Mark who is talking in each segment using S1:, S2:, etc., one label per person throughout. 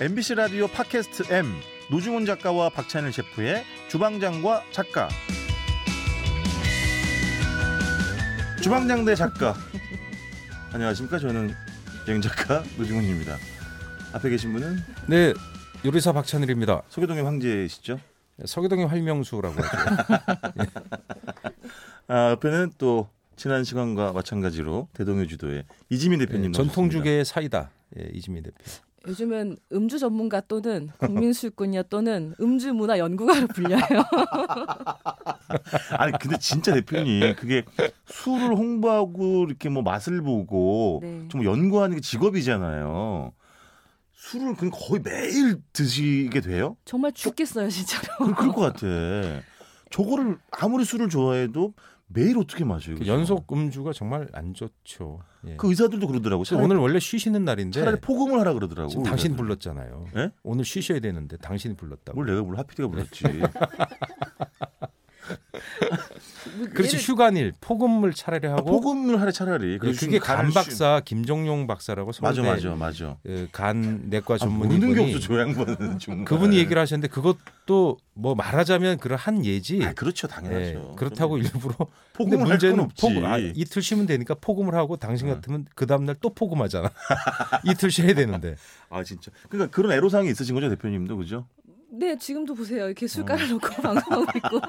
S1: MBC 라디오 팟캐스트 M 노중훈 작가와 박찬일 셰프의 주방장과 작가 주방장 대 작가 안녕하십니까 저는 여행 작가 노중훈입니다 앞에 계신 분은
S2: 네, 요리사 박찬일입니다.
S1: 소개동의 황제시죠
S2: 서기동의 활명수라고 하죠.
S1: 아, 옆에는 또 지난 시간과 마찬가지로 대동여 주도의 이지민 대표님
S2: 예, 전통주계의 사이다. 예, 이지민 대표.
S3: 요즘은 음주 전문가 또는 국민술꾼이야 또는 음주 문화 연구가로 불려요.
S1: 나오셨습니다. 아니 근데 진짜 대표님 그게 술을 홍보하고 이렇게 뭐 맛을 보고
S3: 네.
S1: 좀 연구하는 게 직업이잖아요. 술을 그럼 거의 매일 드시게 돼요?
S3: 정말 죽겠어요, 진짜로.
S1: 그럴, 그럴 것 같아. 저거를 아무리 술을 좋아해도 매일 어떻게 마셔요?
S2: 그
S1: 그죠?
S2: 연속 음주가 정말 안 좋죠.
S1: 그렇죠.
S2: 예.
S1: 그 의사들도 그러더라고.
S2: 사실
S1: 차라리,
S2: 오늘 원래 쉬시는 날인데
S1: 차라리 포금을 하라 그러더라고.
S2: 지금 당신
S1: 의사들.
S2: 불렀잖아요.
S1: 예?
S2: 오늘 쉬셔야 되는데 당신이 불렀다고.
S1: 뭘 내가 뭘 하필이가 불렀지.
S2: 네. 그렇지
S3: 얘를-
S2: 휴관일 포금을 차라리
S1: 아,
S2: 하고
S1: 포금을 하라 차라리.
S2: 예,
S1: 그래서
S2: 그게
S1: 간을
S2: 간 박사 김정용 박사라고
S1: 쉬-
S2: 서울대
S1: 맞아 맞아 맞아.
S2: 예, 간 내과
S1: 아, 모르는 게
S2: 전문의분이
S1: 없어 저 양반은 정말.
S2: 그분이 얘기를 하셨는데 그것도 뭐 말하자면 그한 예지.
S1: 아, 그렇죠
S2: 예,
S1: 당연하죠.
S2: 그렇다고 일부러 근데
S1: 포금을 할 건
S2: 문제는
S1: 없지.
S2: 포금 아, 이틀 쉬면 되니까 포금을 하고 당신 같으면 그 다음 날 또 포금하잖아. 이틀 쉬어야 되는데.
S1: 아 진짜. 그러니까 그런 애로사항이 있으신 거죠 대표님도 그죠?
S3: 네, 지금도 보세요. 이렇게 술
S1: 어.
S3: 깔아놓고 방송하고 있고.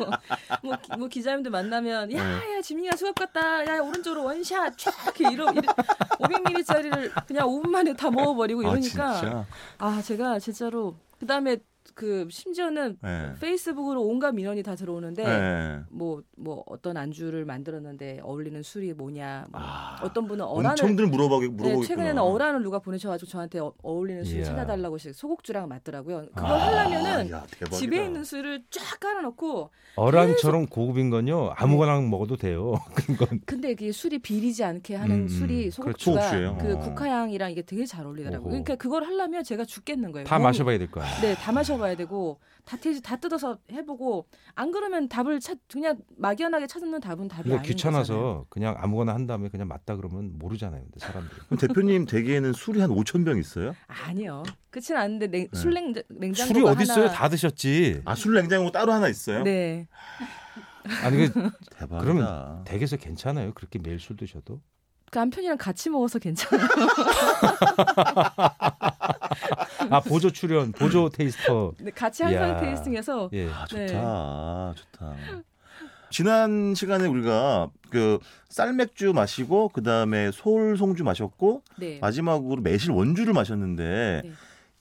S3: 뭐, 기- 뭐 기자님들 만나면, 야,
S1: 네.
S3: 야, 지민이가 수업 갔다. 야, 오른쪽으로 원샷. 쫙 이렇게 이러, 이러, 500ml짜리를 그냥 5분 만에 다 먹어버리고
S1: 아
S3: 뭐 이러니까.
S1: 진짜.
S3: 아, 제가 진짜로. 그 다음에 그, 심지어는
S1: 예.
S3: 페이스북으로 온갖 민원이 다 들어오는데.
S1: 예.
S3: 뭐, 뭐 어떤 안주를 만들었는데 어울리는 술이 뭐냐. 뭐
S1: 아,
S3: 어떤 분은 어란을
S1: 엄청들 물어보기
S3: 네,
S1: 물어보겠구나.
S3: 최근에는 어란을 누가 보내셔가지고 저한테 어, 울리는 술
S2: 이야.
S3: 찾아달라고 해서 소곡주랑 맞더라고요. 그걸
S1: 아,
S3: 하려면은
S1: 야, 대박이다.
S3: 집에 있는 술을 쫙 깔아놓고
S2: 어란처럼 고급인 건요 아무거나 먹어도 돼요.
S3: 네,
S2: 그런 건
S3: 근데 이게 술이 비리지 않게 하는
S2: 음,
S3: 술이
S2: 음.
S3: 소곡주가
S1: 그렇죠,
S3: 그
S1: 소곡주예요. 어.
S3: 국화향이랑 이게 되게 잘 어울리더라고요.
S2: 오호.
S3: 그러니까 그걸 하려면 제가 죽겠는 거예요.
S2: 다
S3: 몸이-
S2: 마셔봐야 될 거야.
S3: 네, 다 마셔봐야 되고 다, 태, 다 뜯어서 해보고 안 그러면 답을 찾 그냥 막연하게 찾는 답은 답이
S2: 그러니까
S3: 아니에요.
S2: 귀찮아서 그냥 아무거나 한 다음에 그냥 맞다 그러면 모르잖아요. 근데 사람들이.
S1: 그럼 대표님 댁에는 술이 한 5천 병 있어요?
S3: 아니요. 그렇진 않은데 냉, 술 냉, 냉장고가
S2: 술이 어디 있어요?
S3: 하나-
S2: 다 드셨지.
S1: 아 술 냉장고 따로 하나 있어요?
S3: 네.
S2: 아니 그
S1: 대박이다. 아,
S2: 그러면 댁에서 괜찮아요. 그렇게 매일 술 드셔도.
S3: 그 남편이랑 같이 먹어서 괜찮아요.
S2: 아 보조 출연, 보조 테이스터.
S3: 근데 같이 항상
S2: 이야.
S3: 테이스팅해서
S2: 예.
S1: 아 좋다
S3: 네.
S1: 좋다. 지난 시간에 우리가 그 쌀맥주 마시고 그 다음에 서울 송주 마셨고
S3: 네.
S1: 마지막으로 매실 원주를 마셨는데
S3: 네.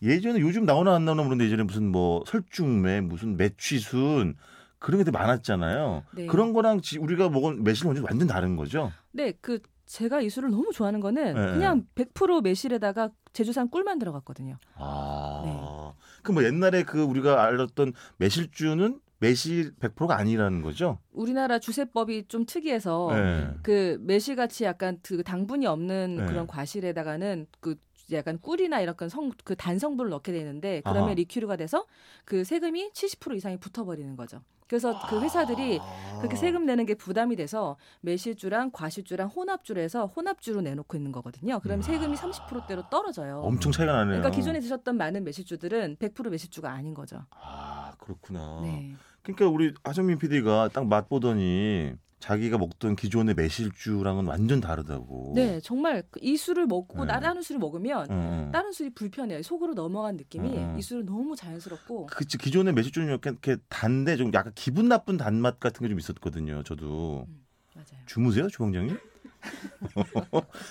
S1: 예전에 요즘 나오나 안 나오나 모르는데 예전에 무슨 뭐 설중매 무슨 매취순 그런 게 되게 많았잖아요.
S3: 네.
S1: 그런 거랑 지- 우리가 먹은 매실 원주 완전 다른 거죠.
S3: 네, 그 제가 이 술을 너무 좋아하는 거는
S1: 네.
S3: 그냥 100% 매실에다가 제주산 꿀만 들어갔거든요. 네.
S1: 아. 그 뭐 옛날에 그 우리가 알았던 매실주는 매실 100%가 아니라는 거죠.
S3: 우리나라 주세법이 좀 특이해서
S1: 네.
S3: 그 매실같이 약간 그 당분이 없는
S1: 네.
S3: 그런 과실에다가는 그 약간 꿀이나 이런 건성그 단성분을 넣게 되는데 그러면
S1: 아하.
S3: 리큐르가 돼서 그 세금이 70% 이상이 붙어버리는 거죠. 그래서
S1: 아.
S3: 그 회사들이
S1: 어.
S3: 그렇게 세금 내는 게 부담이 돼서 매실주랑 과실주랑 혼합주로 해서 혼합주로 내놓고 있는 거거든요. 그럼 세금이 30%대로 떨어져요.
S1: 음. 엄청 차이가 나네요.
S3: 그러니까 기존에 드셨던 많은 매실주들은 100% 매실주가 아닌 거죠.
S1: 아 그렇구나.
S3: 네.
S1: 그러니까 우리 하정민 PD가 딱 맛보더니 자기가 먹던 기존의 매실주랑은 완전 다르다고.
S3: 네, 정말 그이 술을 먹고
S1: 네.
S3: 나 다른 술을 먹으면
S1: 응, 응.
S3: 다른 술이 불편해요. 속으로 넘어간 느낌이
S1: 음.
S3: 이 술은 너무 자연스럽고
S1: 그치 기존의 매실주는 이렇게, 이렇게 단데 좀 약간 기분 나쁜 단맛 같은 게 좀 있었거든요. 저도
S3: 음. 맞아요.
S1: 주무세요, 주방장님?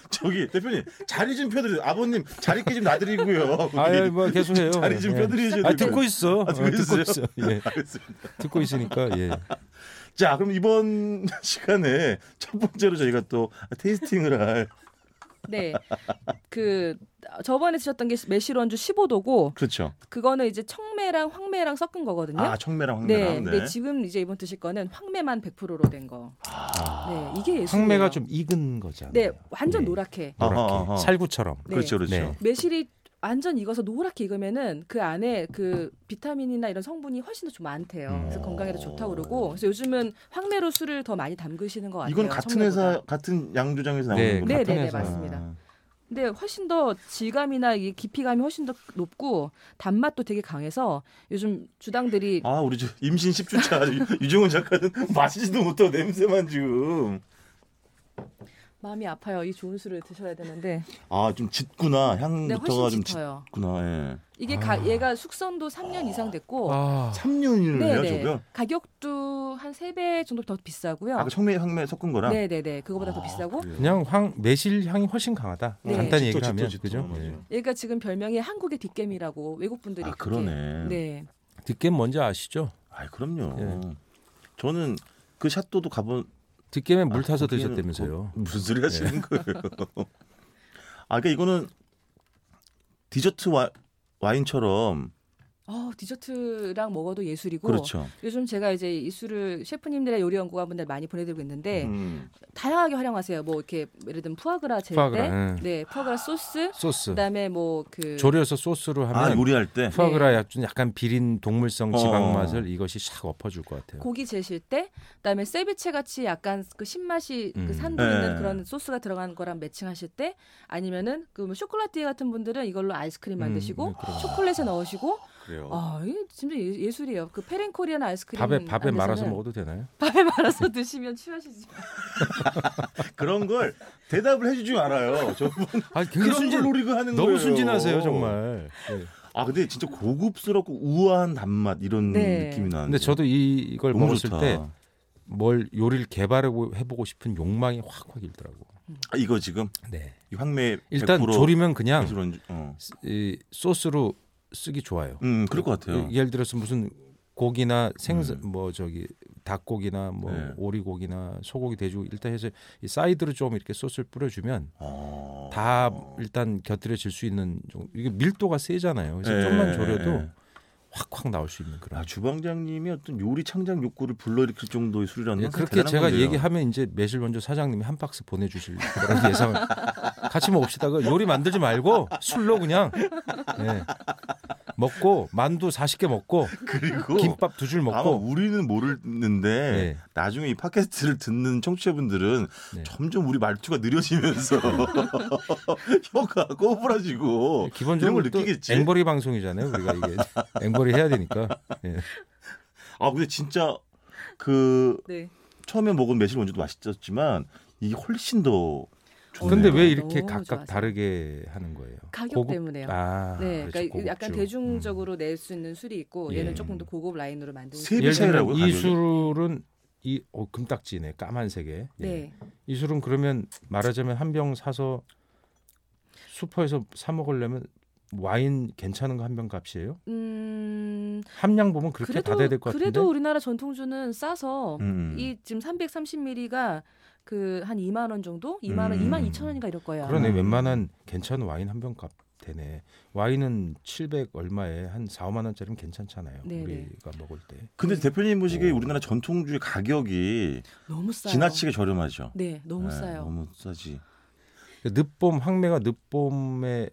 S1: 저기 대표님 자리 좀 펴드려. 요 아버님 자리 깨좀 놔드리고요.
S2: 아유 뭐 계속해요.
S1: 자리 좀
S2: 예.
S1: 펴드리죠.
S2: 아 듣고 있어.
S1: 아, 듣고
S2: 어, 듣고
S1: 있어요?
S2: 있어. 예.
S1: 알겠습니다.
S2: 듣고 있으니까 예.
S1: 자, 그럼 이번 시간에 첫 번째로 저희가 또 테이스팅을 할
S3: 네, 그 저번에 드셨던 게 매실원주 15도고
S1: 그렇죠.
S3: 그거는 이제 청매랑 황매랑 섞은 거거든요.
S1: 아, 청매랑
S3: 네,
S1: 황매랑.
S3: 근데 지금 이제 이번 드실 거는 황매만 100%로 된 거.
S1: 아.
S3: 네, 이게 예술이에요.
S2: 상매가 좀 익은 거잖아요.
S3: 네, 완전
S2: 예.
S3: 노랗게.
S1: 아하,
S2: 노랗게
S1: 아하.
S2: 살구처럼.
S3: 네.
S1: 그렇죠, 그렇죠.
S2: 네.
S3: 매실이 완전 익어서 노랗게 익으면은 그 안에 그 비타민이나 이런 성분이 훨씬 더 좀 많대요.
S1: 음.
S3: 그래서 건강에도 좋다고 그러고. 그래서 요즘은 황매로 술을 더 많이 담그시는 것 같아요.
S1: 이건 같은
S3: 네, 청매보다.
S1: 회사 같은 양조장에서 나오는
S2: 네,
S1: 거죠.
S3: 네,
S2: 같은
S3: 네, 네,
S2: 회사.
S3: 맞습니다. 근데 훨씬 더 질감이나 이 깊이감이 훨씬 더 높고 단맛도 되게 강해서 요즘 주당들이
S1: 아 우리 저 임신 10주차 유정훈 작가는 마시지도 못하고 냄새만 지금
S3: 마음이 아파요. 이 좋은 술을 드셔야 되는데.
S1: 아 좀 짙구나
S3: 네,
S1: 향부터가
S3: 훨씬
S1: 좀
S3: 짙어요.
S1: 짙구나. 예.
S3: 이게 가, 얘가 숙성도 3년 이상 됐고
S2: 아,
S1: 3년이래요 저거.
S3: 네, 가격도 한 세 배 정도 더 비싸고요.
S1: 아까 청매 향매 섞은 거랑.
S3: 네, 네, 네. 그거보다 더
S1: 아,
S3: 비싸고.
S1: 그래요?
S2: 그냥 황 매실 향이 훨씬 강하다.
S3: 네.
S1: 짙어,
S2: 간단히 얘기를 하면
S1: 짙어, 짙어.
S2: 그죠?
S1: 맞아요.
S2: 네.
S3: 얘가 그러니까 지금 별명이 한국의 뒷겜이라고 외국 분들이
S1: 아
S3: 그렇게-
S1: 그러네.
S3: 네.
S2: 뒷겜 뭔지 아시죠?
S1: 아 그럼요.
S2: 예.
S1: 저는 그 샷도도 가본
S2: 뒷겜에
S1: 아,
S2: 물 타서
S1: 거기에는
S2: 드셨다면서요?
S1: 거-
S2: 네.
S1: 무슨 소리 하시는 거예요? 아 그러니까 이거는 디저트 와, 와인처럼
S3: 어, 디저트랑 먹어도 예술이고
S1: 그렇죠.
S3: 요즘 제가 이제 이 술을 셰프님들의 요리 연구가분들 많이 보내드리고 있는데
S1: 음.
S3: 다양하게 활용하세요. 뭐 이렇게 예를 들면 푸아그라 젤 때,
S2: 푸아그라 예.
S3: 네, 푸아그라 소스,
S2: 소스
S3: 그다음에 뭐그
S2: 졸여서 소스로
S1: 아
S2: 하면
S1: 요리할 때
S3: 네.
S2: 푸아그라 약간 약간 비린 동물성 지방
S1: 어.
S2: 맛을 이것이 샥 엎어줄 것 같아요.
S3: 고기 제실 때, 그다음에 세비체 같이 약간 그 신맛이
S2: 음.
S3: 그 산도
S1: 네.
S3: 있는 그런 소스가 들어간 거랑 매칭하실 때, 아니면은 그뭐 쇼콜라띠에 같은 분들은 이걸로 아이스크림 만드시고
S2: 음, 네, 그럼.
S3: 초콜릿에 넣으시고,
S1: 그래요.
S3: 아, 이게 진짜 예- 예술이에요. 그 페렌코리안 아이스크림
S2: 밥에 밥에
S3: 안에서는
S2: 말아서 먹어도 되나요?
S3: 밥에 말아서 드시면 취하시지.
S1: 그런 걸 대답을 해주지 말아요. 저
S2: 아,
S1: 그런 걸 노리고 하는
S2: 너무
S1: 거예요.
S2: 순진하세요 정말. 네.
S1: 아 근데 진짜 고급스럽고 우아한 단맛 이런
S3: 네.
S1: 느낌이 나는데.
S2: 근데 저도 이, 이걸
S1: 너무
S2: 먹었을
S1: 좋다.
S2: 때 뭘 요리를 개발하고 해보고 싶은 욕망이 확확 일더라고.
S1: 아, 이거 지금
S2: 네.
S1: 이 황매
S2: 일단
S1: 100%
S2: 조리면 그냥
S1: 예술원주- 어.
S2: 이 소스로 쓰기 좋아요.
S1: 음 그럴 것 같아요. 음.
S2: 예를 들어서 무슨 고기나 생선 뭐 저기 닭고기나 뭐
S1: 네.
S2: 오리고기나 소고기 돼지고기 일단 해서 이 사이드로 좀 이렇게 소스를 뿌려주면
S1: 아.
S2: 다 일단 곁들여질 수 있는 좀 이게 밀도가 세잖아요. 그래서
S1: 예,
S2: 좀만
S1: 예,
S2: 졸여도
S1: 예.
S2: 확확 나올 수 있는 그런.
S1: 아 주방장님이 어떤 요리 창작 욕구를 불러일으킬 정도의 술이라는
S2: 예,
S1: 건
S2: 그렇게
S1: 대단한
S2: 제가
S1: 건데요.
S2: 얘기하면 이제 매실 원조 사장님이 한 박스 보내주실 거라는 예상을 같이 먹읍시다. 그 요리 만들지 말고 술로 그냥 예. 먹고 만두 40개 먹고
S1: 그리고
S2: 김밥 두 줄
S1: 아마
S2: 먹고
S1: 우리는 모르는데
S2: 네.
S1: 나중에 이 팟캐스트를 듣는 청취자분들은
S2: 네.
S1: 점점 우리 말투가 느려지면서 혀가 꼬부라지고 이런
S2: 기본적으로
S1: 걸
S2: 또
S1: 느끼겠지.
S2: 앵벌이 방송이잖아요. 우리가 이게 앵벌이 해야 되니까. 예.
S1: 아 근데 진짜 그
S3: 네.
S1: 처음에 먹은 매실 원주도 맛있었지만 이게 훨씬 더 좋네요.
S2: 근데 왜 이렇게
S3: 너무
S2: 각각
S3: 좋아서.
S2: 다르게 하는 거예요?
S3: 가격
S2: 고급-
S3: 때문에요.
S2: 아,
S3: 네,
S2: 그렇죠.
S3: 그러니까 약간
S2: 고급주. 음.
S3: 대중적으로 낼 수 있는 술이 있고
S2: 예.
S3: 얘는 조금 더 고급 라인으로 만든.
S1: 세-
S2: 예를
S1: 차이라고요,
S2: 들면
S1: 가격이?
S2: 이 술은 이 어, 금딱지네 까만색에 예.
S3: 네,
S2: 이 술은 그러면 말하자면 한 병 사서 슈퍼에서 사 먹으려면 와인 괜찮은 거 한 병 값이에요?
S3: 음
S2: 함량 보면 그렇게
S3: 그래도
S2: 받아야 될 것 같은데
S3: 그래도 우리나라 전통주는 싸서
S1: 음.
S3: 이 지금 330ml가 그 한 2만 원 정도, 2만 원,
S1: 음.
S3: 2만 2천 원인가 이럴 거예요.
S2: 그러네
S1: 음.
S2: 웬만한 괜찮은 와인 한 병 값 되네 와인은 700 얼마에 한 4, 5만 원짜리면 괜찮잖아요
S3: 네네.
S2: 우리가 먹을 때
S3: 그
S1: 근데 대표님 보시기에
S2: 오.
S1: 우리나라 전통주의 가격이
S3: 너무 싸요.
S1: 지나치게 저렴하죠.
S3: 네, 너무
S1: 네,
S3: 싸요.
S1: 너무 싸지.
S2: 그러니까 늦봄 황매가 늦봄에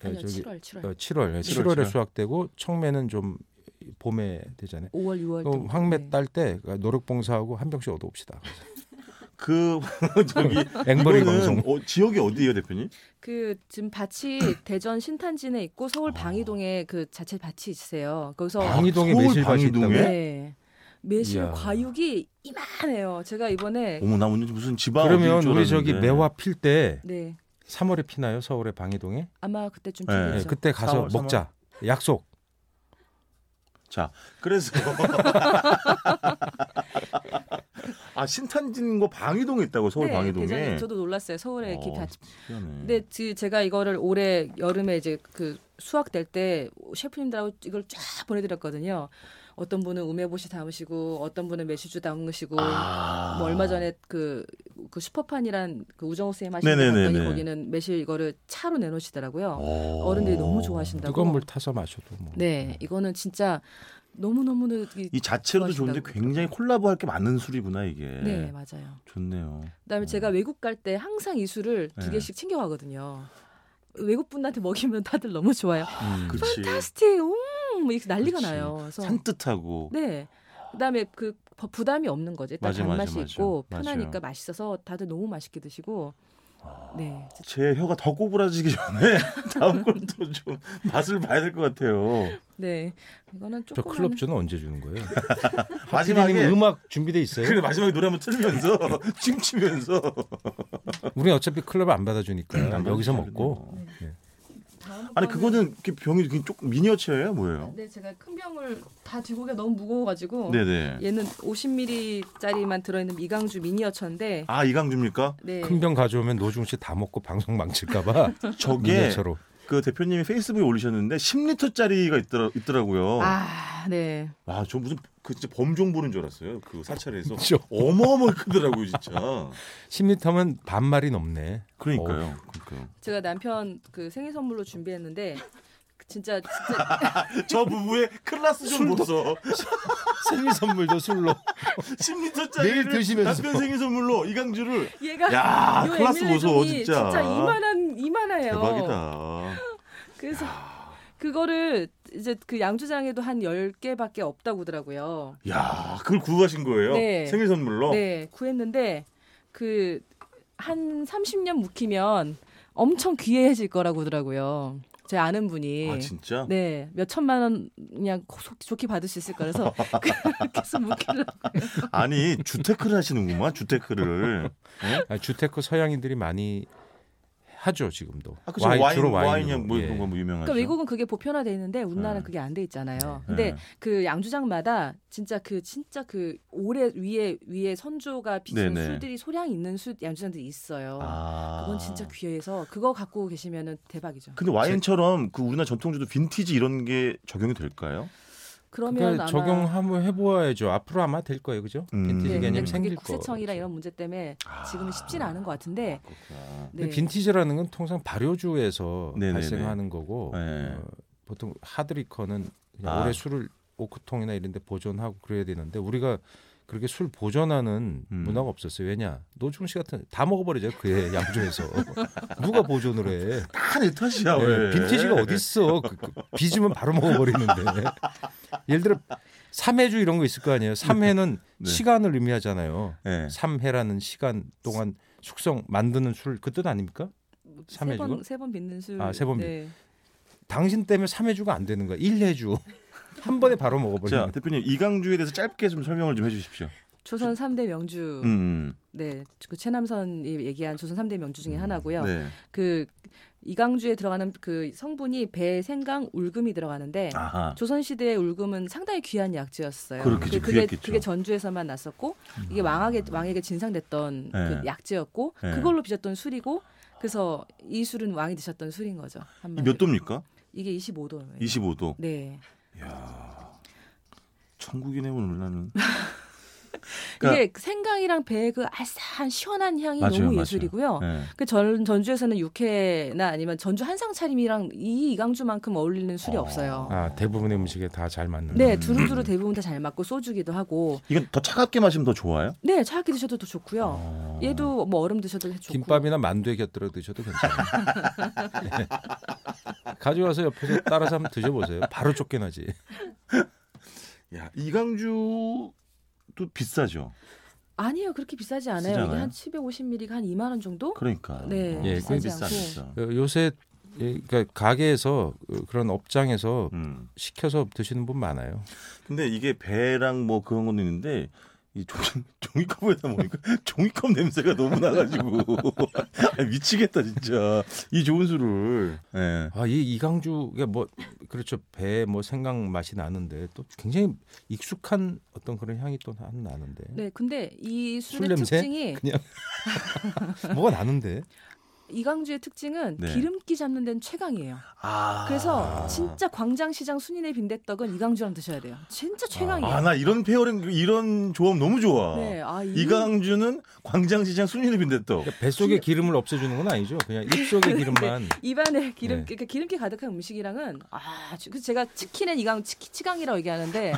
S1: 네,
S3: 아니요,
S2: 저기 어,
S3: 7월, 7월,
S2: 7월, 7월,
S1: 칠월.
S2: 에 수확되고 청매는 좀 봄에 되잖아요
S3: 5월, 6월. 네.
S2: 그럼 황매 딸 때 그러니까 노력봉사하고 한 병씩 얻어옵시다
S1: 그 저기
S2: 앵벌이
S1: 이거는
S2: 방송
S1: 어, 지역이 어디예요, 대표님?
S3: 그 지금 밭이 대전 신탄진에 있고
S1: 아.
S3: 서울 방이동에 그 자체 밭이 있으세요. 거기서
S2: 방이동에
S1: 어, 서울
S2: 매실밭이
S1: 방이동에?
S2: 있다고요?
S3: 네. 매실
S2: 이야.
S3: 과육이 이만해요. 제가 이번에
S1: 어머 나 오늘 무슨 지방
S2: 그러면
S1: 어디인 줄
S2: 우리 저기
S1: 알았는데.
S2: 매화 필 때
S3: 네
S2: 3월에 피나요? 서울의 방이동에?
S3: 아마 그때쯤
S1: 네,
S2: 예,
S3: 되겠죠.
S2: 그때 가서
S1: 사월,
S2: 먹자. 약속.
S1: 자, 그래서 아 신탄진과 방이동에 있다고 서울
S3: 네,
S1: 방이동에.
S3: 대전에 저도 네, 놀랐어요. 서울에 이렇게 다
S1: 희한해.
S3: 근데 지- 제가 이거를 올해 여름에 이제 그 수확될 때 셰프님들하고 이걸 쫙 보내드렸거든요. 어떤 분은 우메보시 담으시고 어떤 분은 메시주 담으시고
S1: 아.
S3: 뭐 얼마 전에 그, 그 슈퍼판이란 그 우정호 쌤 하시는 데
S1: 네네네네.
S3: 갔더니 거기는 매실 이거를 차로 내놓으시더라고요.
S1: 오.
S3: 어른들이 너무
S1: 네,
S3: 좋아하신다고.
S2: 뜨거운 물 타서 마셔도 뭐.
S3: 네, 이거는 진짜 너무 너무는
S1: 이 자체로도 좋은데
S3: 좋아하신다고.
S1: 굉장히 콜라보할 게 많은 술이구나 이게.
S3: 네 맞아요.
S1: 좋네요.
S3: 그다음에
S1: 어.
S3: 제가 외국 갈 때 항상 이 술을
S1: 네.
S3: 두 개씩 챙겨 가거든요. 외국 분한테 먹이면 다들 너무 좋아요.
S1: 음, 그렇지.
S3: 파스틱, 음, 뭐 이렇게 난리가
S1: 그치.
S3: 나요. 그래서
S1: 산뜻하고.
S3: 네, 그다음에 그 부- 부담이 없는 거죠. 일단
S1: 맞아, 맞아,
S3: 단맛이
S1: 맞아.
S3: 있고
S1: 맞아요.
S3: 편하니까 맛있어서 다들 너무 맛있게 드시고
S1: 아.
S3: 네.
S1: 제 혀가 더 꼬부라지기 전에 다음 걸 또 좀 맛을 봐야 될 것 같아요.
S3: 네. 이거는
S2: 저
S3: 조금
S2: 클럽주는 언제 주는 거예요?
S1: 마지막에-
S2: 하필이면 음악 준비돼 있어요.
S1: 그래 마지막에 노래 한번 틀면서 춤추면서
S2: 우리는 어차피 클럽을 안 받아주니까 여기서 먹고
S1: 네. 아니 그거는 이렇게 병이 그냥 조금 미니어처예요 뭐예요?
S3: 네, 제가 큰 병을 다 들고 가기 너무 무거워 가지고
S1: 네네.
S3: 얘는 50ml짜리만 들어 있는 미강주 미니어처인데
S1: 아 이강주입니까?
S3: 네.
S2: 큰 병 가져오면 노중 씨 다 먹고 방송 망칠까봐
S1: 저게
S2: 미녀처로
S1: 그 대표님이 페이스북에 올리셨는데 10리터짜리가 있더라, 있더라고요.
S3: 아, 네.
S1: 와, 저 무슨 그 진짜 범종 보는 줄 알았어요. 그 사찰에서
S2: 그죠?
S1: 어마어마하게 크더라고요, 진짜.
S2: 10m면 반말이 넘네.
S1: 그러니까요. 그러니까요.
S3: 제가 남편 그 생일 선물로 준비했는데 진짜 진짜
S1: 저 부부의 클라스 좀 보소.
S2: 생일 선물도 술로
S1: 10리터짜리
S2: 매일 드시면서.
S1: 남편 생일 선물로 이강주를
S3: 얘가
S1: 야,
S3: 요
S1: 클라스
S3: 에밀리
S1: 보소
S3: 종이
S1: 진짜.
S3: 진짜 이만한 이만해요.
S1: 대박이다.
S3: 그래서 그거를 이제 그 양주장에도 한 10개밖에 없다고 하더라고요.
S1: 야, 그걸 구하신 거예요?
S3: 네.
S1: 생일 선물로?
S3: 네, 구했는데 그 한 30년 묵히면 엄청 귀해질 거라고 하더라고요. 제 아는 분이.
S1: 아, 진짜?
S3: 네, 몇 천만 원 그냥 좋- 좋게 받을 수 있을 거라서 그렇게 해서 묵히려고.
S1: 아니, 주테크를 하시는구만, 주테크를. 응?
S2: 아, 주테크 서양인들이 많이 하죠 지금도.
S1: 아, 그죠. 와인, 와인, 와인이 뭐
S2: 예.
S1: 이런 거뭐 유명하죠.
S3: 그러니까 외국은 그게 보편화돼 있는데 우리나라는
S1: 네.
S3: 그게 안 돼 있잖아요. 근데
S1: 네.
S3: 그 양주장마다 진짜 그 진짜 그 오래 위에 위에 선조가 빚은
S1: 네네.
S3: 술들이 소량 있는 술 양주장들이 있어요.
S1: 아.
S3: 그건 진짜 귀해서 그거 갖고 계시면은 대박이죠.
S1: 근데 와인처럼 그 우리나라 전통주도 빈티지 이런 게 적용이 될까요?
S3: 그러면
S2: 그러니까
S3: 아마
S2: 적용 한번 해보아야죠. 앞으로 아마 될 거예요, 그죠?
S1: 음. 네,
S2: 빈티지 개념
S3: 근데
S2: 생길 거.
S3: 국세청이랑 이런 문제 때문에 지금은 쉽지는 않은 것 같은데.
S1: 그렇구나.
S2: 근데
S3: 네.
S2: 빈티지라는 건 통상 발효주에서
S1: 네네네.
S2: 발생하는 거고
S1: 네.
S2: 어, 보통 하드리커는 그냥
S1: 아.
S2: 오래 술을 오크통이나 이런 데 보존하고 그래야 되는데 우리가 그렇게 술 보존하는
S1: 음.
S2: 문화가 없었어요. 왜냐? 노중 씨 같은 다 먹어버리죠. 그해 양조에서 누가 보존을 해?
S1: 다내 탓이야
S2: 예,
S1: 아, 왜?
S2: 빈티지가 어디 있어? 그, 그 빚으면 바로 먹어버리는데. 예를 들어 삼해주 이런 거 있을 거 아니에요. 삼해는
S1: 네.
S2: 시간을 의미하잖아요.
S1: 예.
S2: 삼해라는 시간 동안 숙성 만드는 술 그 뜻 아닙니까? 삼 해주고?
S3: 세번세번 빚는 술.
S2: 아, 세번 빚-
S3: 네.
S2: 당신 때문에 삼해주가 안 되는 거야. 일해주 한 번에 바로
S1: 자
S2: 먹어버리는.
S1: 대표님 이강주에 대해서 짧게 좀 설명을 좀 해주십시오.
S3: 조선 삼대 명주.
S1: 음,
S3: 네. 그 최남선이 얘기한 조선 삼대 명주
S2: 음.
S3: 중에 하나고요.
S1: 네.
S3: 그 이강주에 들어가는 그 성분이 배, 생강, 울금이 들어가는데
S1: 아하.
S3: 조선 시대의 울금은 상당히 귀한 약재였어요.
S1: 그렇겠죠.
S3: 그게
S1: 귀했겠죠. 아.
S3: 그게 전주에서만 났었고 이게 왕에게 왕에게 진상됐던
S1: 네.
S3: 그 약재였고
S1: 네.
S3: 그걸로 빚었던 술이고 그래서 이 술은 왕이 드셨던 술인 거죠.
S1: 이몇
S3: 한마디로.
S1: 도입니까?
S3: 이게 25도예요.
S1: 25도.
S3: 네.
S1: 천국이네 오늘 나는.
S3: 이게 생강이랑 배의 그 알싸한 시원한 향이
S1: 그러니까 맞아요,
S3: 너무
S1: 맞아요.
S3: 예술이고요.
S1: 네.
S3: 그 전, 전주에서는 육회나 아니면 전주 한상 차림이랑 이 이강주만큼 어울리는 술이
S1: 어.
S3: 없어요.
S2: 아 대부분의 음식에 다 잘 맞는.
S3: 네,
S1: 음.
S3: 두루두루 대부분 다 잘 맞고 소주기도 하고.
S1: 이건 더 차갑게 마시면 더 좋아요?
S3: 네, 차갑게 드셔도 더 좋고요.
S1: 어.
S3: 얘도 뭐 얼음 드셔도 좋고.
S2: 김밥이나 만두에 곁들여 드셔도 괜찮아요. 네. 가져와서 옆에서 따라서 한번 드셔보세요. 바로 쫓겨나지.
S1: 야 이강주도 비싸죠.
S3: 네. 아니요, 그렇게 비싸지 않아요.
S1: 비싸지
S3: 이게
S1: 않아요?
S3: 한 750ml가 한 2만 원 정도?
S1: 그러니까.
S3: 네,
S1: 어,
S2: 예,
S1: 비싸,
S2: 그-
S1: 비싸, 비싸.
S2: 어, 요새 예, 그러니까 가게에서 어, 그런 업장에서
S1: 음.
S2: 시켜서 드시는 분 많아요.
S1: 근데 이게 배랑 뭐 그런 건 있는데 이 종이, 종이컵에다 보니까 종이컵 냄새가 너무 나가지고 아, 미치겠다 진짜 이 좋은 술을 예.
S2: 아, 이 이강주가 뭐 그렇죠 배 뭐 생각 맛이 나는데 또 굉장히 익숙한 어떤 그런 향이 또 안 나는데
S3: 네, 근데 이
S2: 술
S3: 술의
S2: 냄새?
S3: 특징이
S1: 그
S3: 네.
S2: 뭐가 나는데
S3: 이강주의 특징은
S1: 네.
S3: 기름기 잡는 데는 최강이에요.
S1: 아.
S3: 그래서 진짜 광장시장 순인의 빈대떡은 이강주랑 드셔야 돼요. 진짜 최강이에요.
S1: 아나 이런 페어링 이런 조합 너무 좋아
S3: 네, 아, 이,
S1: 이강주는 광장시장 순위를 빈댔떡
S2: 그러니까 뱃속에 기름을 없애주는 건 아니죠 그냥 입속에 기름만
S3: 입안에 기름
S2: 네.
S3: 그러니까 기름기 가득한 음식이랑은 아, 주- 그래서 제가 치킨은 이강 치키 치강이라고 얘기하는데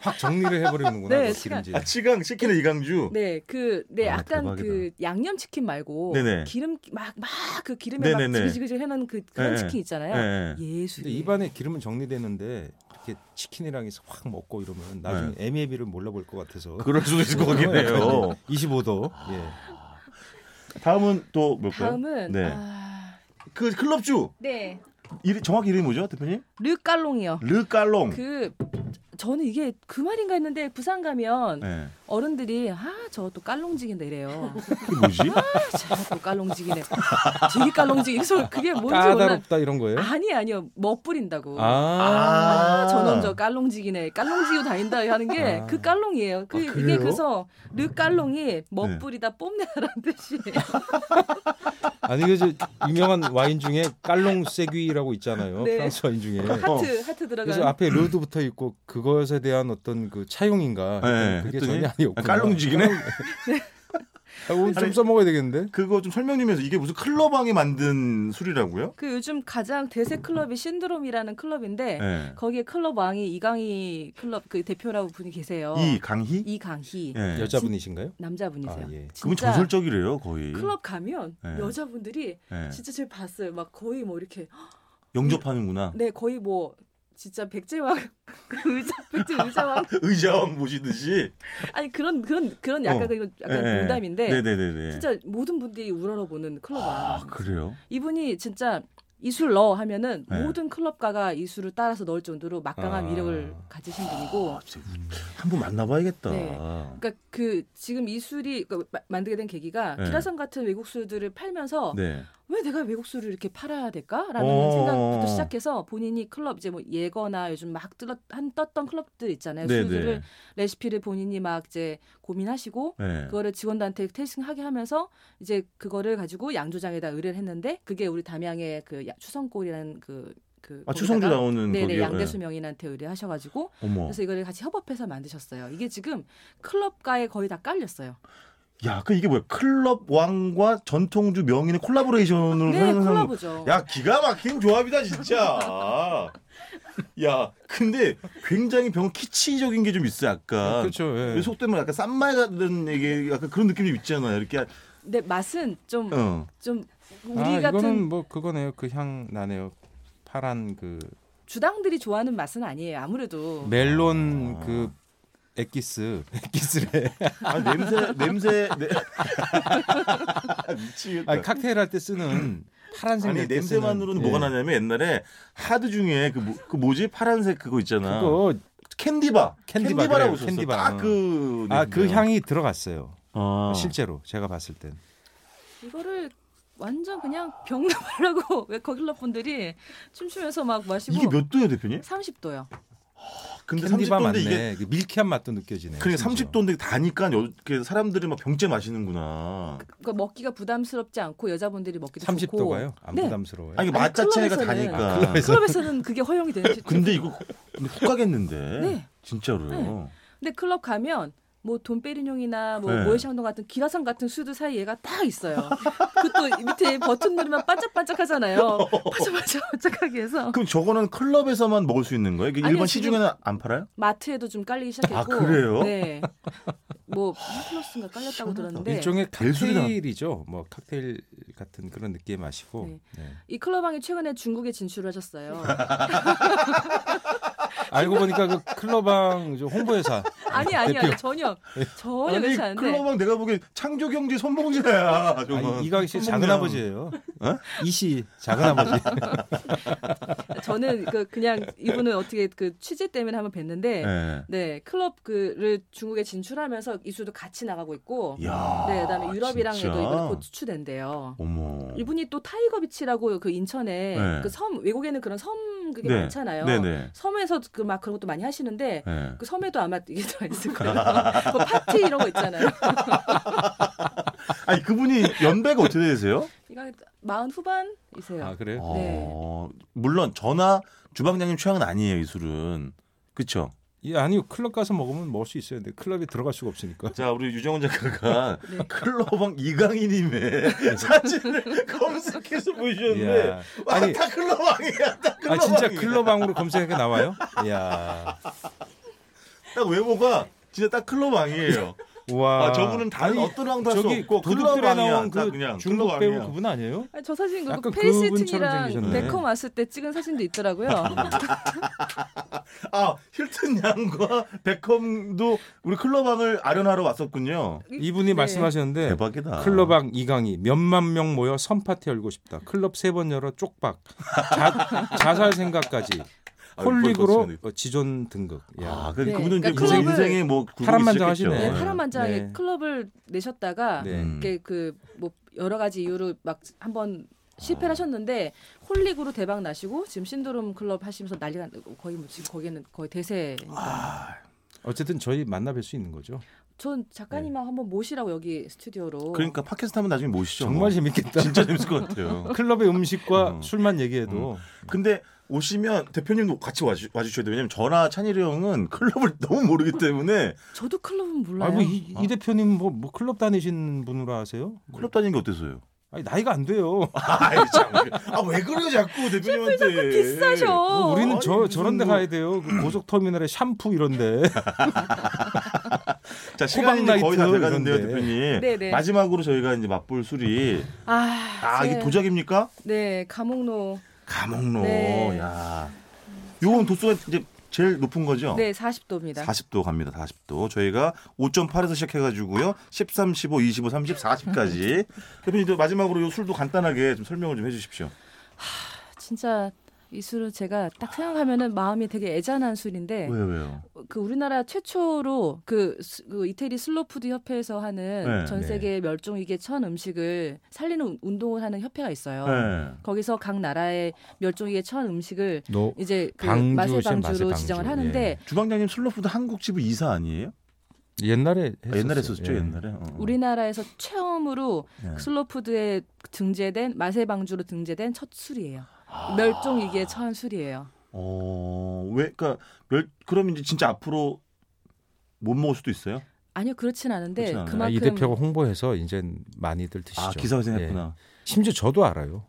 S2: 확 정리를 해버리는구나
S3: 네,
S2: 그
S3: 시간.
S2: 기름질
S1: 아 치강 치킨의 이강주
S3: 네, 그, 네,
S1: 아,
S3: 약간
S1: 대박이다.
S3: 그 양념 치킨 말고
S1: 네네. 기름
S3: 기름 막막 그 기름에 막
S1: 네네네.
S3: 지글지글 해놓은 그 그런
S1: 네.
S3: 치킨 있잖아요.
S1: 예.
S3: 예술.
S2: 근데 입안에 기름은 정리되는데 이렇게 치킨이랑 해서 확 먹고 이러면 나중에
S3: 예.
S1: 그-
S2: MAB를 몰라볼 것 같아서
S1: 그럴 수도 있을 것 같긴 해요
S2: 25도 예.
S1: 다음은 또 뭘까요?
S3: 다음은
S1: 네.
S3: 아,
S1: 그 클럽주
S3: 네.
S1: 이름, 정확히 이름이 뭐죠, 대표님?
S3: 르깔롱이요.
S1: 르깔롱.
S3: 그 저는 이게 그 말인가 했는데 부산 가면
S1: 네.
S3: 어른들이 아 저 또 깔롱지긴데 이래요.
S1: 그게 뭐지?
S3: 아저또 깔롱지기네. 되게 깔롱지기. 그래서 그게 뭔지 몰라.
S2: 까다롭다 이런 거예요?
S3: 아니 아니요 멋부린다고. 아,
S2: 아,
S3: 저놈 저 깔롱지기네. 깔롱지고 다닌다 하는 게
S2: 아.
S3: 그 깔롱이에요. 그
S1: 아,
S3: 이게
S1: 그래요? 네.
S3: 그래서 르 깔롱이 멋부리다 뽐내라는 뜻이에요.
S2: 아니 그저 유명한 와인 중에 깔롱 세귀라고 있잖아요.
S3: 네.
S2: 프랑스 와인 중에.
S3: 하트
S2: 그래서
S3: 하트 들어간.
S2: 앞에 르드 붙어 있고 그것에 대한 어떤 그 차용인가
S1: 네,
S2: 그게
S1: 했더니
S2: 전혀 아니었고
S1: 아, 깔롱지기네.
S2: 아, 오늘 좀
S1: 아니,
S2: 써먹어야 되겠는데
S1: 그거 좀 설명 좀 해서 이게 무슨 클럽왕이 만든 술이라고요?
S3: 그 요즘 가장 대세 클럽이 신드롬이라는 클럽인데
S2: 예.
S1: 네.
S3: 거기에 클럽 왕이 이강희 클럽 그 대표라고 분이 계세요.
S1: 이 강희?
S3: 이강희
S1: 예.
S2: 여자분이신가요?
S3: 남자분이세요.
S2: 아, 예.
S1: 그건
S3: 진짜
S1: 전설적이래요, 거의.
S3: 클럽 가면
S1: 네.
S3: 여자분들이
S1: 예.
S3: 진짜 제가 봤어요. 막 거의 뭐 이렇게
S1: 영접하는구나.
S3: 네, 거의 뭐 진짜 백제왕 그 의자 백제 의자왕
S1: 의자왕 보시듯이.
S3: 아니 그런 그런 그런 약간
S1: 어.
S3: 그런 약간
S1: 예, 예.
S3: 농담인데
S1: 네네네네.
S3: 진짜 모든 분들이 우러러보는
S1: 아,
S3: 클럽왕
S1: 그래요?
S3: 이분이 진짜 이 술 넣어 하면은
S1: 예.
S3: 모든 클럽가가 이 술을 따라서 넣을 정도로 막강한
S2: 아.
S3: 위력을 가지신 분이고
S1: 한번 만나봐야겠다.
S3: 네. 그러니까 그 지금 이 술이 그 마- 만들게 된 계기가
S1: 예.
S3: 기라성 같은 외국 술들을 팔면서
S1: 네.
S3: 왜 내가 외국 술을 이렇게 팔아야 될까라는
S1: 어.
S3: 생각부터 시작해서 본인이 클럽 이제 뭐 예거나 요즘 막 뜰었, 한 떴던 클럽들 있잖아요. 술들을
S1: 네네.
S3: 레시피를 본인이 막 이제 고민하시고
S1: 네.
S3: 그거를 직원들한테 테이스팅하게 하면서 이제 그거를 가지고 양조장에다 의뢰를 했는데 그게 우리 담양의 그 야- 추성골이라는 그 그.
S1: 아, 추성주 나오는
S3: 네네
S1: 거기요? 예.
S3: 양대수명인한테 의뢰하셔가지고
S1: 어머.
S3: 그래서 이거를 같이 협업해서 만드셨어요. 이게 지금 클럽가에 거의 다 깔렸어요.
S1: 야, 그 이게 뭐야? 클럽 왕과 전통주 명인의 콜라보레이션으로
S3: 네,
S1: 하는 거.
S3: 콜라보죠.
S1: 음, 야 기가 막힌 조합이다 진짜. 야 근데 굉장히 병 키치적인 게 좀 있어 약간.
S2: 그렇죠. 예.
S1: 왜 속되면 약간 쌈말 같은 얘기 약간 그런 느낌이 좀 있잖아 이렇게.
S3: 근데 맛은 좀 좀
S1: 어.
S3: 우리
S2: 아,
S3: 같은
S2: 이거는 뭐 그거네요. 그 향 나네요. 파란 그
S3: 주당들이 좋아하는 맛은 아니에요. 아무래도
S1: 네.
S2: 멜론
S1: 아.
S2: 그 액기스 액기스래.
S1: 아 냄새 냄새. 네. 미치겠다.
S2: 아니
S1: 아니,
S2: 칵테일 할 때 쓰는 파란색 낼
S1: 네.
S2: 때
S1: 냄새만으로는
S2: 쓰는,
S1: 뭐가
S2: 예.
S1: 나냐면 옛날에 하드 중에 그, 뭐, 그 뭐지 파란색 그거 있잖아.
S2: 그거
S1: 캔디바.
S2: 캔디바,
S1: 캔디바라고
S2: 그래요,
S1: 있었어.
S2: 캔디바.
S1: 딱그
S2: 아 그
S1: 냄새야.
S2: 향이 들어갔어요.
S1: 아.
S2: 실제로 제가 봤을 땐.
S3: 이거를 완전 그냥 병나발라고 왜 거길러 분들이 춤추면서 막 마시고
S1: 이게 몇 도예요 대표님?
S3: 30도요.
S1: 근데
S2: 캔디바
S1: 30도인데
S2: 맞네.
S1: 이게
S2: 그 밀키한 맛도 느껴지네.
S1: 그러니까
S2: 심지어.
S1: 30도인데 다니까 여, 이렇게 사람들이 막 병째 마시는구나.
S3: 그러니까 먹기가 부담스럽지 않고 여자분들이 먹기도 좋고.
S2: 30도가요? 안
S3: 네.
S2: 부담스러워요.
S1: 아니
S3: 아니,
S1: 맛 자체가
S3: 클럽에서는-
S1: 다니까.
S2: 아, 클럽에서-
S3: 클럽에서는 그게 허용이 되는 시
S1: 근데 이거 근데 훅 가겠는데.
S3: 네.
S1: 진짜로요.
S3: 근데 클럽 가면 뭐 돈페리뇽이나 뭐
S1: 네.
S3: 모에샹동 같은 기라성 같은 수들 사이 얘가 딱 있어요. 그것도 밑에 버튼 누르면 반짝반짝하잖아요. 반짝반짝반짝하게 해서
S1: 그럼 저거는 클럽에서만 먹을 수 있는 거예요? 이게
S3: 아니요,
S1: 일반
S3: 지금-
S1: 시중에는 안 팔아요?
S3: 마트에도 좀 깔리기 시작했고.
S1: 아, 그래요?
S3: 네. 뭐 플러스인가 깔렸다고 들었는데
S2: 일종의
S1: 벨소리 나-
S2: 칵테일이죠. 뭐 칵테일 같은 그런 느낌의 맛이고.
S3: 네.
S2: 네.
S3: 이 클럽왕이 최근에 중국에 진출을 하셨어요.
S2: 알고 보니까 그 클럽방 저 홍보회사
S3: 아니 아니
S2: 대표.
S3: 아니 전혀 전혀
S1: 아니
S3: 그렇지 않은데
S1: 클럽은 내가 보기엔 창조 경제 선봉자야. 저건. 어?
S2: 아니, 이광희 씨
S1: 선봉장.
S2: 작은 아버지예요. 이씨 작은 아버지.
S3: 저는 그 그냥 이분은 어떻게 그 취재 때문에 한번 뵀는데 네,
S1: 예.
S3: 클럽 그를 중국에 진출하면서 이수도 같이 나가고 있고
S1: 야.
S3: 네 그다음에 유럽이랑에도
S1: 진짜?
S3: 이번에 곧 수출된대요.
S1: 어머.
S3: 이분이 또 타이거 비치라고 그 인천에
S1: 네.
S3: 그 섬 외국에는 그런 섬 그게
S1: 네.
S3: 많잖아요.
S1: 네네.
S3: 섬에서 그 막 그런 것도 많이 하시는데
S1: 예.
S3: 그 섬에도 아마 이게 들어 있을 거예요. 뭐 파티 이런 거 있잖아요.
S1: 아니 그분이 연배가 어떻게 되세요?
S3: 이거 마흔 후반이세요.
S2: 아 그래요?
S3: 네.
S1: 어, 물론 저나 주방장님 취향은 아니에요 이 술은. 그렇죠.
S2: 예, 아니요 클럽 가서 먹으면 먹을 수 있어요. 근데 클럽에 들어갈 수가 없으니까.
S1: 자 우리 유정원 작가가
S3: 네.
S1: 클럽왕 이강인님의 사진을 검색해서 보셨는데
S2: 이야.
S1: 와,
S2: 아니,
S1: 다 클럽왕이야 다 클럽왕이야 아,
S2: 아 진짜 클럽방으로 검색해 나와요? 이야.
S1: 딱 외모가 진짜 딱 클럽왕이에요
S2: 와.
S1: 아, 저분은 다른 어떤 황도 할수
S2: 저기
S1: 없고
S2: 도둑들에 나온
S1: 딱
S2: 그
S1: 그냥
S2: 중국
S1: 클럽
S2: 배우
S1: 왕이야.
S2: 그분 아니에요?
S3: 아니, 저 사진 그
S2: 약간 그분처럼
S3: 페이스팅이랑
S2: 생기셨네.
S3: 베컴 왔을 때 찍은 사진도 있더라고요.
S1: 아 힐튼 양과 베컴도 우리 클럽왕을 아련하러 왔었군요.
S2: 이분이
S3: 네.
S2: 말씀하셨는데
S1: 대박이다.
S2: 클럽왕 이강희 몇만 명 모여 선파티 열고 싶다. 클럽 세 번 열어 쪽박. 자, 자살 생각까지.
S1: 아,
S2: 홀릭으로
S1: 벌써
S2: 어, 지존 등극. 야.
S1: 아, 그
S3: 네,
S1: 그분은
S3: 그러니까
S1: 이제
S3: 클럽을-
S1: 인생에 뭐 굴곡이
S2: 파란만장
S1: 있었겠죠.
S2: 하시네.
S3: 네,
S2: 네.
S3: 파란만장하게
S2: 네.
S3: 클럽을 내셨다가
S2: 네.
S1: 음.
S3: 이렇게 그 뭐 여러 가지 이유로 막 한번
S2: 아.
S3: 실패를 하셨는데 홀릭으로 대박 나시고 지금 신드롬 클럽 하시면서 난리가 나- 거의 뭐 지금 거기는 거의
S2: 아.
S3: 대세니까.
S2: 어쨌든 저희 만나 뵐 수 있는 거죠.
S3: 전
S2: 네.
S3: 작가님하고 한번 모시라고 여기 스튜디오로.
S1: 그러니까 팟캐스트 하면 나중에 모시죠.
S2: 정말 재밌겠다.
S1: 진짜 재밌을 것 같아요.
S2: 클럽의 음식과
S1: 음.
S2: 술만 얘기해도
S1: 근데 오시면 대표님도 같이 와주, 와주셔야 돼요. 왜냐면 저나 찬일이 형은 클럽을 너무 모르기 때문에
S3: 저도 클럽은 몰라요.
S2: 아이고 이, 이 대표님 뭐, 뭐 클럽 다니신 분으로 아세요?
S1: 클럽 다니는 게 어때서요?
S2: 아니 나이가 안 돼요.
S1: 아왜 그래요 자꾸 대표님한테
S3: 아, 비싸셔.
S2: 뭐 우리는 저
S1: 아니,
S2: 저런 데
S1: 무슨 뭐-
S2: 가야 돼요. 그 고속터미널에 샴푸 이런데.
S1: 자 시간이 이제
S2: 호박
S1: 거의 다
S2: 나이트
S1: 돼가는데요
S2: 이런데.
S1: 대표님.
S3: 네네.
S1: 마지막으로 저희가 이제 맛볼 술이
S3: 아,
S1: 아
S3: 제-
S1: 이게 도자기입니까?
S3: 네, 감옥로.
S1: 감옥로.
S3: 네.
S1: 야. 요건 도수가 이제 제일 높은
S2: 어.
S1: 거죠?
S3: 네, 40도입니다.
S1: 40도 갑니다. 40도. 저희가 5.8에서 시작해 가지고요. 13, 15, 25, 30, 40까지. 대표님도 마지막으로 요 술도 간단하게 좀 설명을 좀 해 주십시오.
S3: 진짜 이 술은 제가 딱 생각하면은 마음이 되게 애잔한 술인데
S1: 왜요, 왜요?
S3: 그 우리나라 최초로 그, 스- 그 이태리 슬로푸드 협회에서 하는
S1: 네,
S3: 전
S2: 네.
S3: 세계 멸종 위기에 처한 음식을 살리는 운- 운동을 하는 협회가 있어요.
S1: 네.
S3: 거기서 각 나라의 멸종 위기에 처한 음식을
S2: 너
S3: 이제 그
S2: 방주시,
S3: 맛의
S2: 맛의
S3: 방주로
S2: 방주.
S3: 지정을 하는데
S1: 어.
S2: 예.
S1: 주방장님 슬로푸드 한국집의 이사 아니에요?
S2: 옛날에
S1: 아, 옛날에 했었죠,
S2: 예.
S1: 옛날에. 어.
S3: 우리나라에서 처음으로
S1: 예.
S3: 슬로푸드에 등재된 맛의 방주로 등재된 첫 술이에요. 멸종 위기에 처한 술이에요.
S1: 어, 왜 그러니까 멸, 그럼 이제 진짜 앞으로 못 먹을 수도 있어요?
S3: 아니요 그렇진 않은데
S1: 그렇진 않아요.
S2: 아,
S3: 그만큼
S2: 이 대표가 홍보해서 이제 많이들 드시죠.
S1: 아, 기사가
S2: 예.
S1: 생겼구나.
S2: 심지어 저도 알아요.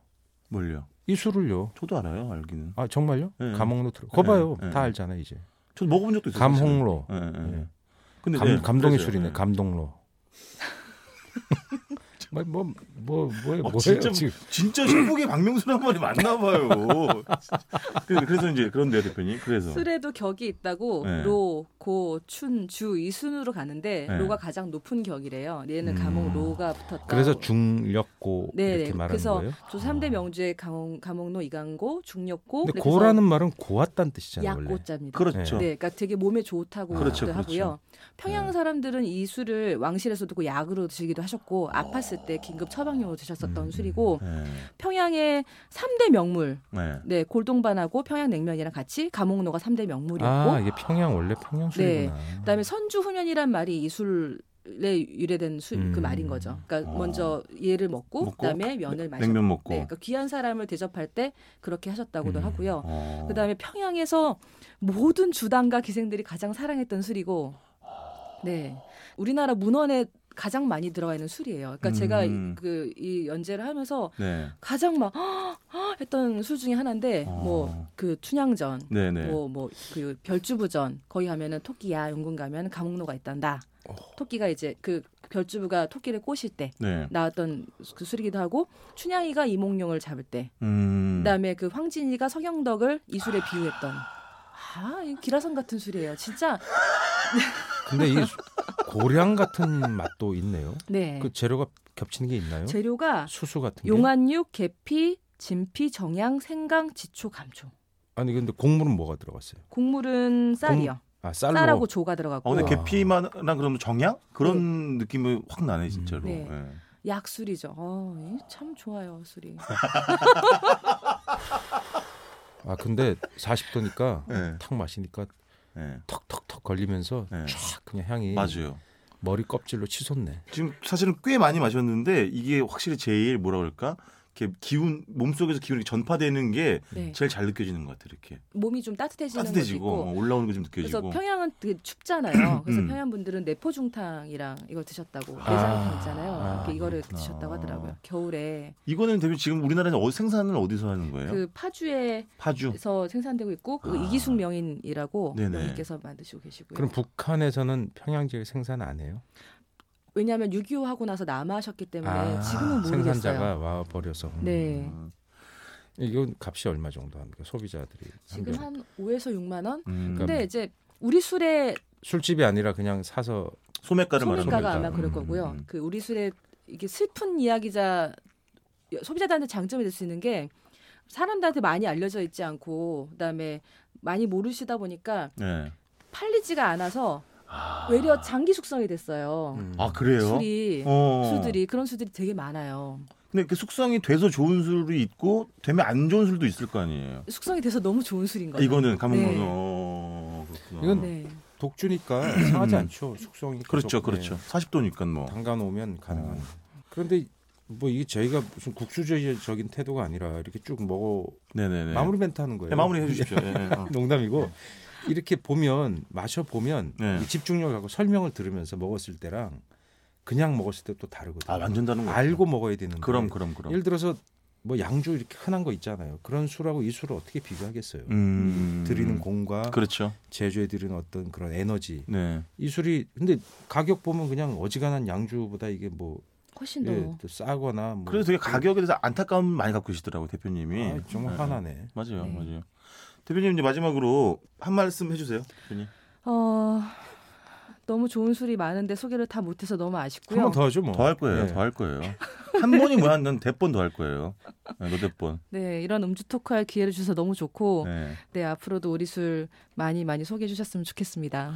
S1: 뭘요?
S2: 이 술을요.
S1: 저도 알아요, 알기는.
S2: 아 정말요?
S1: 예.
S2: 감옥로 들어. 거봐요.
S1: 예, 예.
S2: 다 알잖아 이제.
S1: 저도 먹어본 적도 있어요.
S2: 감홍로.
S1: 사실은. 예, 예.
S2: 예.
S1: 근데
S2: 감,
S1: 네,
S2: 감동의
S1: 그래서요.
S2: 술이네.
S1: 예.
S2: 감동로. 뭐 뭐 뭐 뭐, 뭐,
S1: 어,
S2: 뭐, 뭐예요
S1: 진짜
S2: 지금?
S1: 진짜 신곡에 박명수 한 말이 맞나 봐요. 그- 그래서 이제 그런데 대표님 그래서
S3: 술에도 격이 있다고
S1: 네.
S3: 로, 고, 춘, 주 이 순으로 가는데
S1: 네.
S3: 로가 가장 높은 격이래요. 얘는
S1: 음.
S3: 감옥 로가 붙었다.
S2: 그래서 중력고
S3: 네,
S2: 이렇게
S3: 네.
S2: 말하는
S3: 그래서
S2: 거예요. 아.
S3: 저 3대 명주의 감옥, 감옥로 이강고, 중력고,
S2: 근데
S3: 뭐 그래서
S2: 고라는 말은 고왔다는 뜻이잖아요, 원래.
S3: 약고자입니다.
S1: 그렇죠.
S3: 네, 그러니까 되게 몸에 좋다고
S1: 그렇죠,
S3: 하기도 하고요.
S2: 네.
S3: 평양 사람들은 이 술을 왕실에서도 그 약으로 드시기도 하셨고 아팠을 때 긴급 처방용으로 드셨었던
S2: 음.
S3: 술이고
S1: 네.
S3: 평양의 3대 명물
S1: 네.
S3: 네, 골동반하고 평양냉면이랑 같이 감옥로가 3대 명물이었고
S2: 아, 이게 평양 원래 평양
S3: 네.
S2: 술이구나.
S3: 그다음에 선주후면이란 말이 이 술에 유래된 술 그
S2: 음. 말인
S3: 말인
S2: 거죠.
S3: 거죠. 그러니까
S1: 어. 먼저
S3: 먼저 얘를 먹고,
S1: 먹고,
S3: 그다음에 면을 마시고
S1: 냉면 먹고.
S3: 그러니까 귀한 사람을 대접할 때 그렇게 하셨다고도
S2: 음.
S3: 하고요.
S1: 어.
S3: 그다음에 평양에서 모든 주당과 기생들이 가장 사랑했던 술이고 네. 우리나라 문헌에 가장 많이 들어가 있는 술이에요. 그러니까 제가
S1: 음.
S3: 그 이 연재를 하면서
S1: 네.
S3: 가장 막 했던 술 중에 하나인데
S1: 어.
S3: 뭐 그 춘향전
S1: 네네.
S3: 뭐 뭐 그 별주부전 거기 가면은 토끼야 용군 가면 감옥로가 있단다. 토끼가 이제 그 별주부가 토끼를 꼬실 때
S1: 네.
S3: 나왔던 그 술이기도 하고 춘향이가 이몽룡을 잡을 때
S1: 음.
S3: 그다음에 그 황진이가 서경덕을 이술에 비유했던 아, 이 기라성 같은 술이에요. 진짜
S2: 근데 이 수- 고량 같은 맛도 있네요.
S3: 네.
S2: 그 재료가 겹치는 게 있나요?
S3: 재료가
S2: 수수 같은 게?
S3: 용안육, 계피, 진피, 정향, 생강, 지초, 감초.
S2: 아니 근데 국물은 뭐가 들어갔어요?
S3: 국물은 쌀이요.
S2: 아, 쌀로.
S3: 쌀하고 조가 들어갔고
S1: 어, 근데
S2: 와.
S1: 계피만랑 그럼 정향 그런 느낌이 확 나네 진짜로.
S3: 네.
S1: 예.
S3: 약술이죠. 어, 이참 좋아요, 술이.
S2: 아, 근데 40도니까
S1: 예.
S2: 탁 마시니까
S1: 예.
S2: 턱턱턱 걸리면서
S1: 네.
S2: 쫙 그냥 향이
S1: 맞아요.
S2: 머리 껍질로 치솟네.
S1: 지금 사실은 꽤 많이 마셨는데 이게 확실히 제일 뭐라 그럴까? 이렇게 기운 몸속에서 기운이 전파되는 게
S3: 네.
S1: 제일 잘 느껴지는 것 같아 이렇게
S3: 몸이 좀 따뜻해지는 것도
S1: 따뜻해지고
S3: 있고
S1: 어, 올라오는 게 좀
S3: 그래서
S1: 느껴지고
S3: 평양은 되게 춥잖아요. 그래서
S1: 음.
S3: 평양 분들은 내포중탕이랑 이걸 드셨다고
S1: 아,
S3: 내장탕 있잖아요.
S2: 아,
S3: 이렇게 이거를
S1: 그렇구나.
S3: 드셨다고 하더라고요. 겨울에
S1: 이거는 대표 지금 우리나라에서 어디 생산을 어디서 하는 거예요?
S3: 그 파주에서
S1: 파주.
S3: 생산되고 있고 그
S1: 아.
S3: 이기숙 명인이라고
S1: 네네.
S3: 명인께서 만드시고 계시고요.
S2: 그럼 북한에서는 평양지역 생산 안 해요?
S3: 왜냐하면 6.25 하고 나서 남아셨기 때문에
S2: 아,
S3: 네, 지금은 모르겠어요.
S2: 생산자가 와 버려서
S3: 네.
S1: 음.
S2: 이건 값이 얼마 정도 합니까? 소비자들이
S3: 지금
S2: 한겨울.
S3: 한 5에서 6만 원.
S1: 음.
S3: 근데 이제 우리 술에
S2: 술집이 아니라 그냥 사서
S1: 소매가를 말하는
S3: 소비가가
S1: 거죠.
S3: 아마 그럴
S2: 음,
S3: 거고요.
S1: 음.
S3: 그 우리 술에 이게 슬픈 이야기자 소비자들한테 장점이 될 수 있는 게 사람들한테 많이 알려져 있지 않고 그다음에 많이 모르시다 보니까
S1: 네.
S2: 음.
S3: 팔리지가 않아서
S1: 아,
S3: 외려 장기 숙성이 됐어요.
S2: 음.
S1: 아 그래요?
S3: 술이
S1: 어.
S3: 술들이 그런 술들이 되게 많아요.
S1: 근데 그 숙성이 돼서 좋은 술이 있고 되면 안 좋은 술도 있을 거 아니에요.
S3: 숙성이 돼서 너무 좋은 술인 거죠.
S1: 이거는 감은
S3: 네.
S1: 거죠. 어, 그렇구나.
S2: 이건
S3: 네.
S2: 독주니까 상하지 않죠. 숙성이 계속,
S1: 음. 그렇죠,
S2: 네,
S1: 그렇죠. 40도니까 뭐.
S2: 담가 놓으면 가능한. 그런데 뭐 이게 저희가 무슨 국수주의적인 태도가 아니라 이렇게 쭉 먹어
S1: 네네네.
S2: 마무리 멘트 하는 거예요.
S1: 네, 마무리 해주십시오. 예, 예. 어.
S2: 농담이고 이렇게 보면 마셔 보면
S1: 네.
S2: 집중력하고 설명을 들으면서 먹었을 때랑 그냥 먹었을 때 또 다르거든요.
S1: 아 완전 다른 거.
S2: 알고 먹어야 되는
S1: 그럼
S2: 거예요.
S1: 그럼 그럼.
S2: 예를 들어서 뭐 양주 이렇게 흔한 거 있잖아요. 그런 술하고 이 술을 어떻게 비교하겠어요?
S1: 음.
S2: 드리는 공과
S1: 그렇죠.
S2: 제조해 드리는 어떤 그런 에너지
S1: 네.
S2: 이 술이 근데 가격 보면 그냥 어지간한 양주보다 이게 뭐
S3: 훨씬 더
S2: 예, 또 싸거나 뭐
S1: 그래서 되게 가격에 대해서 안타까움 많이 갖고 계시더라고 요 대표님이.
S2: 아, 정말
S1: 네.
S2: 화나네.
S1: 맞아요,
S3: 네.
S1: 맞아요. 대표님 이제 마지막으로 한 말씀 해주세요. 대표님.
S3: 어 너무 좋은 술이 많은데 소개를 다 못해서 너무
S2: 한
S3: 아쉽고요.
S2: 번 더 하죠 뭐.
S1: 더 할 거예요,
S2: 예.
S1: 더 할 거예요. 네. 한 번이 뭐야? 난 대번 더 할 거예요. 네, 너댓 번.
S3: 네, 이런 음주 토크할 기회를 주셔서 너무
S2: 뭐,
S3: 좋고
S1: 네.
S3: 네, 앞으로도 우리 술 많이 많이 소개해 주셨으면 좋겠습니다.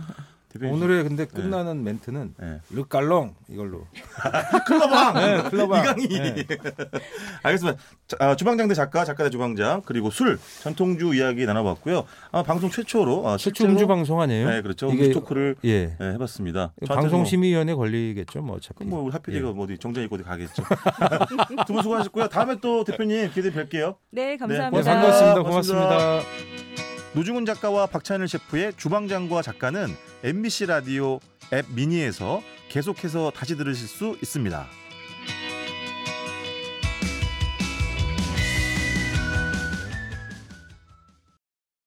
S1: 대표님.
S2: 오늘의 근데 끝나는 멘트는
S1: 네.
S2: 르깔롱 이걸로.
S1: 클럽왕.
S2: 네, 클럽왕.
S1: 이강희.
S2: 네.
S1: 알겠습니다. 자, 아, 주방장대 작가, 작가대 주방장 그리고 술 전통주 이야기 나눠봤고요. 아마 방송 최초로 아,
S2: 최초
S1: 실제로-
S2: 음주 방송 아니에요?
S1: 네, 그렇죠.
S2: 이게-
S1: 음주 토크를
S2: 예.
S1: 네, 해봤습니다. 저한테는 뭐-
S2: 방송심의위원회 걸리겠죠, 뭐 어차피.
S1: 그럼 뭐 우리 하필이가 뭐 어디 정장 입고 어디 가겠죠. 두 분 수고하셨고요. 다음에 또 대표님 기대 뵐게요.
S3: 네,
S2: 네,
S3: 감사합니다.
S2: 반갑습니다.
S1: 고맙습니다.
S2: 고맙습니다.
S1: 노중훈 작가와 박찬일 셰프의 주방장과 작가는 MBC 라디오 앱 미니에서 계속해서 다시 들으실 수 있습니다.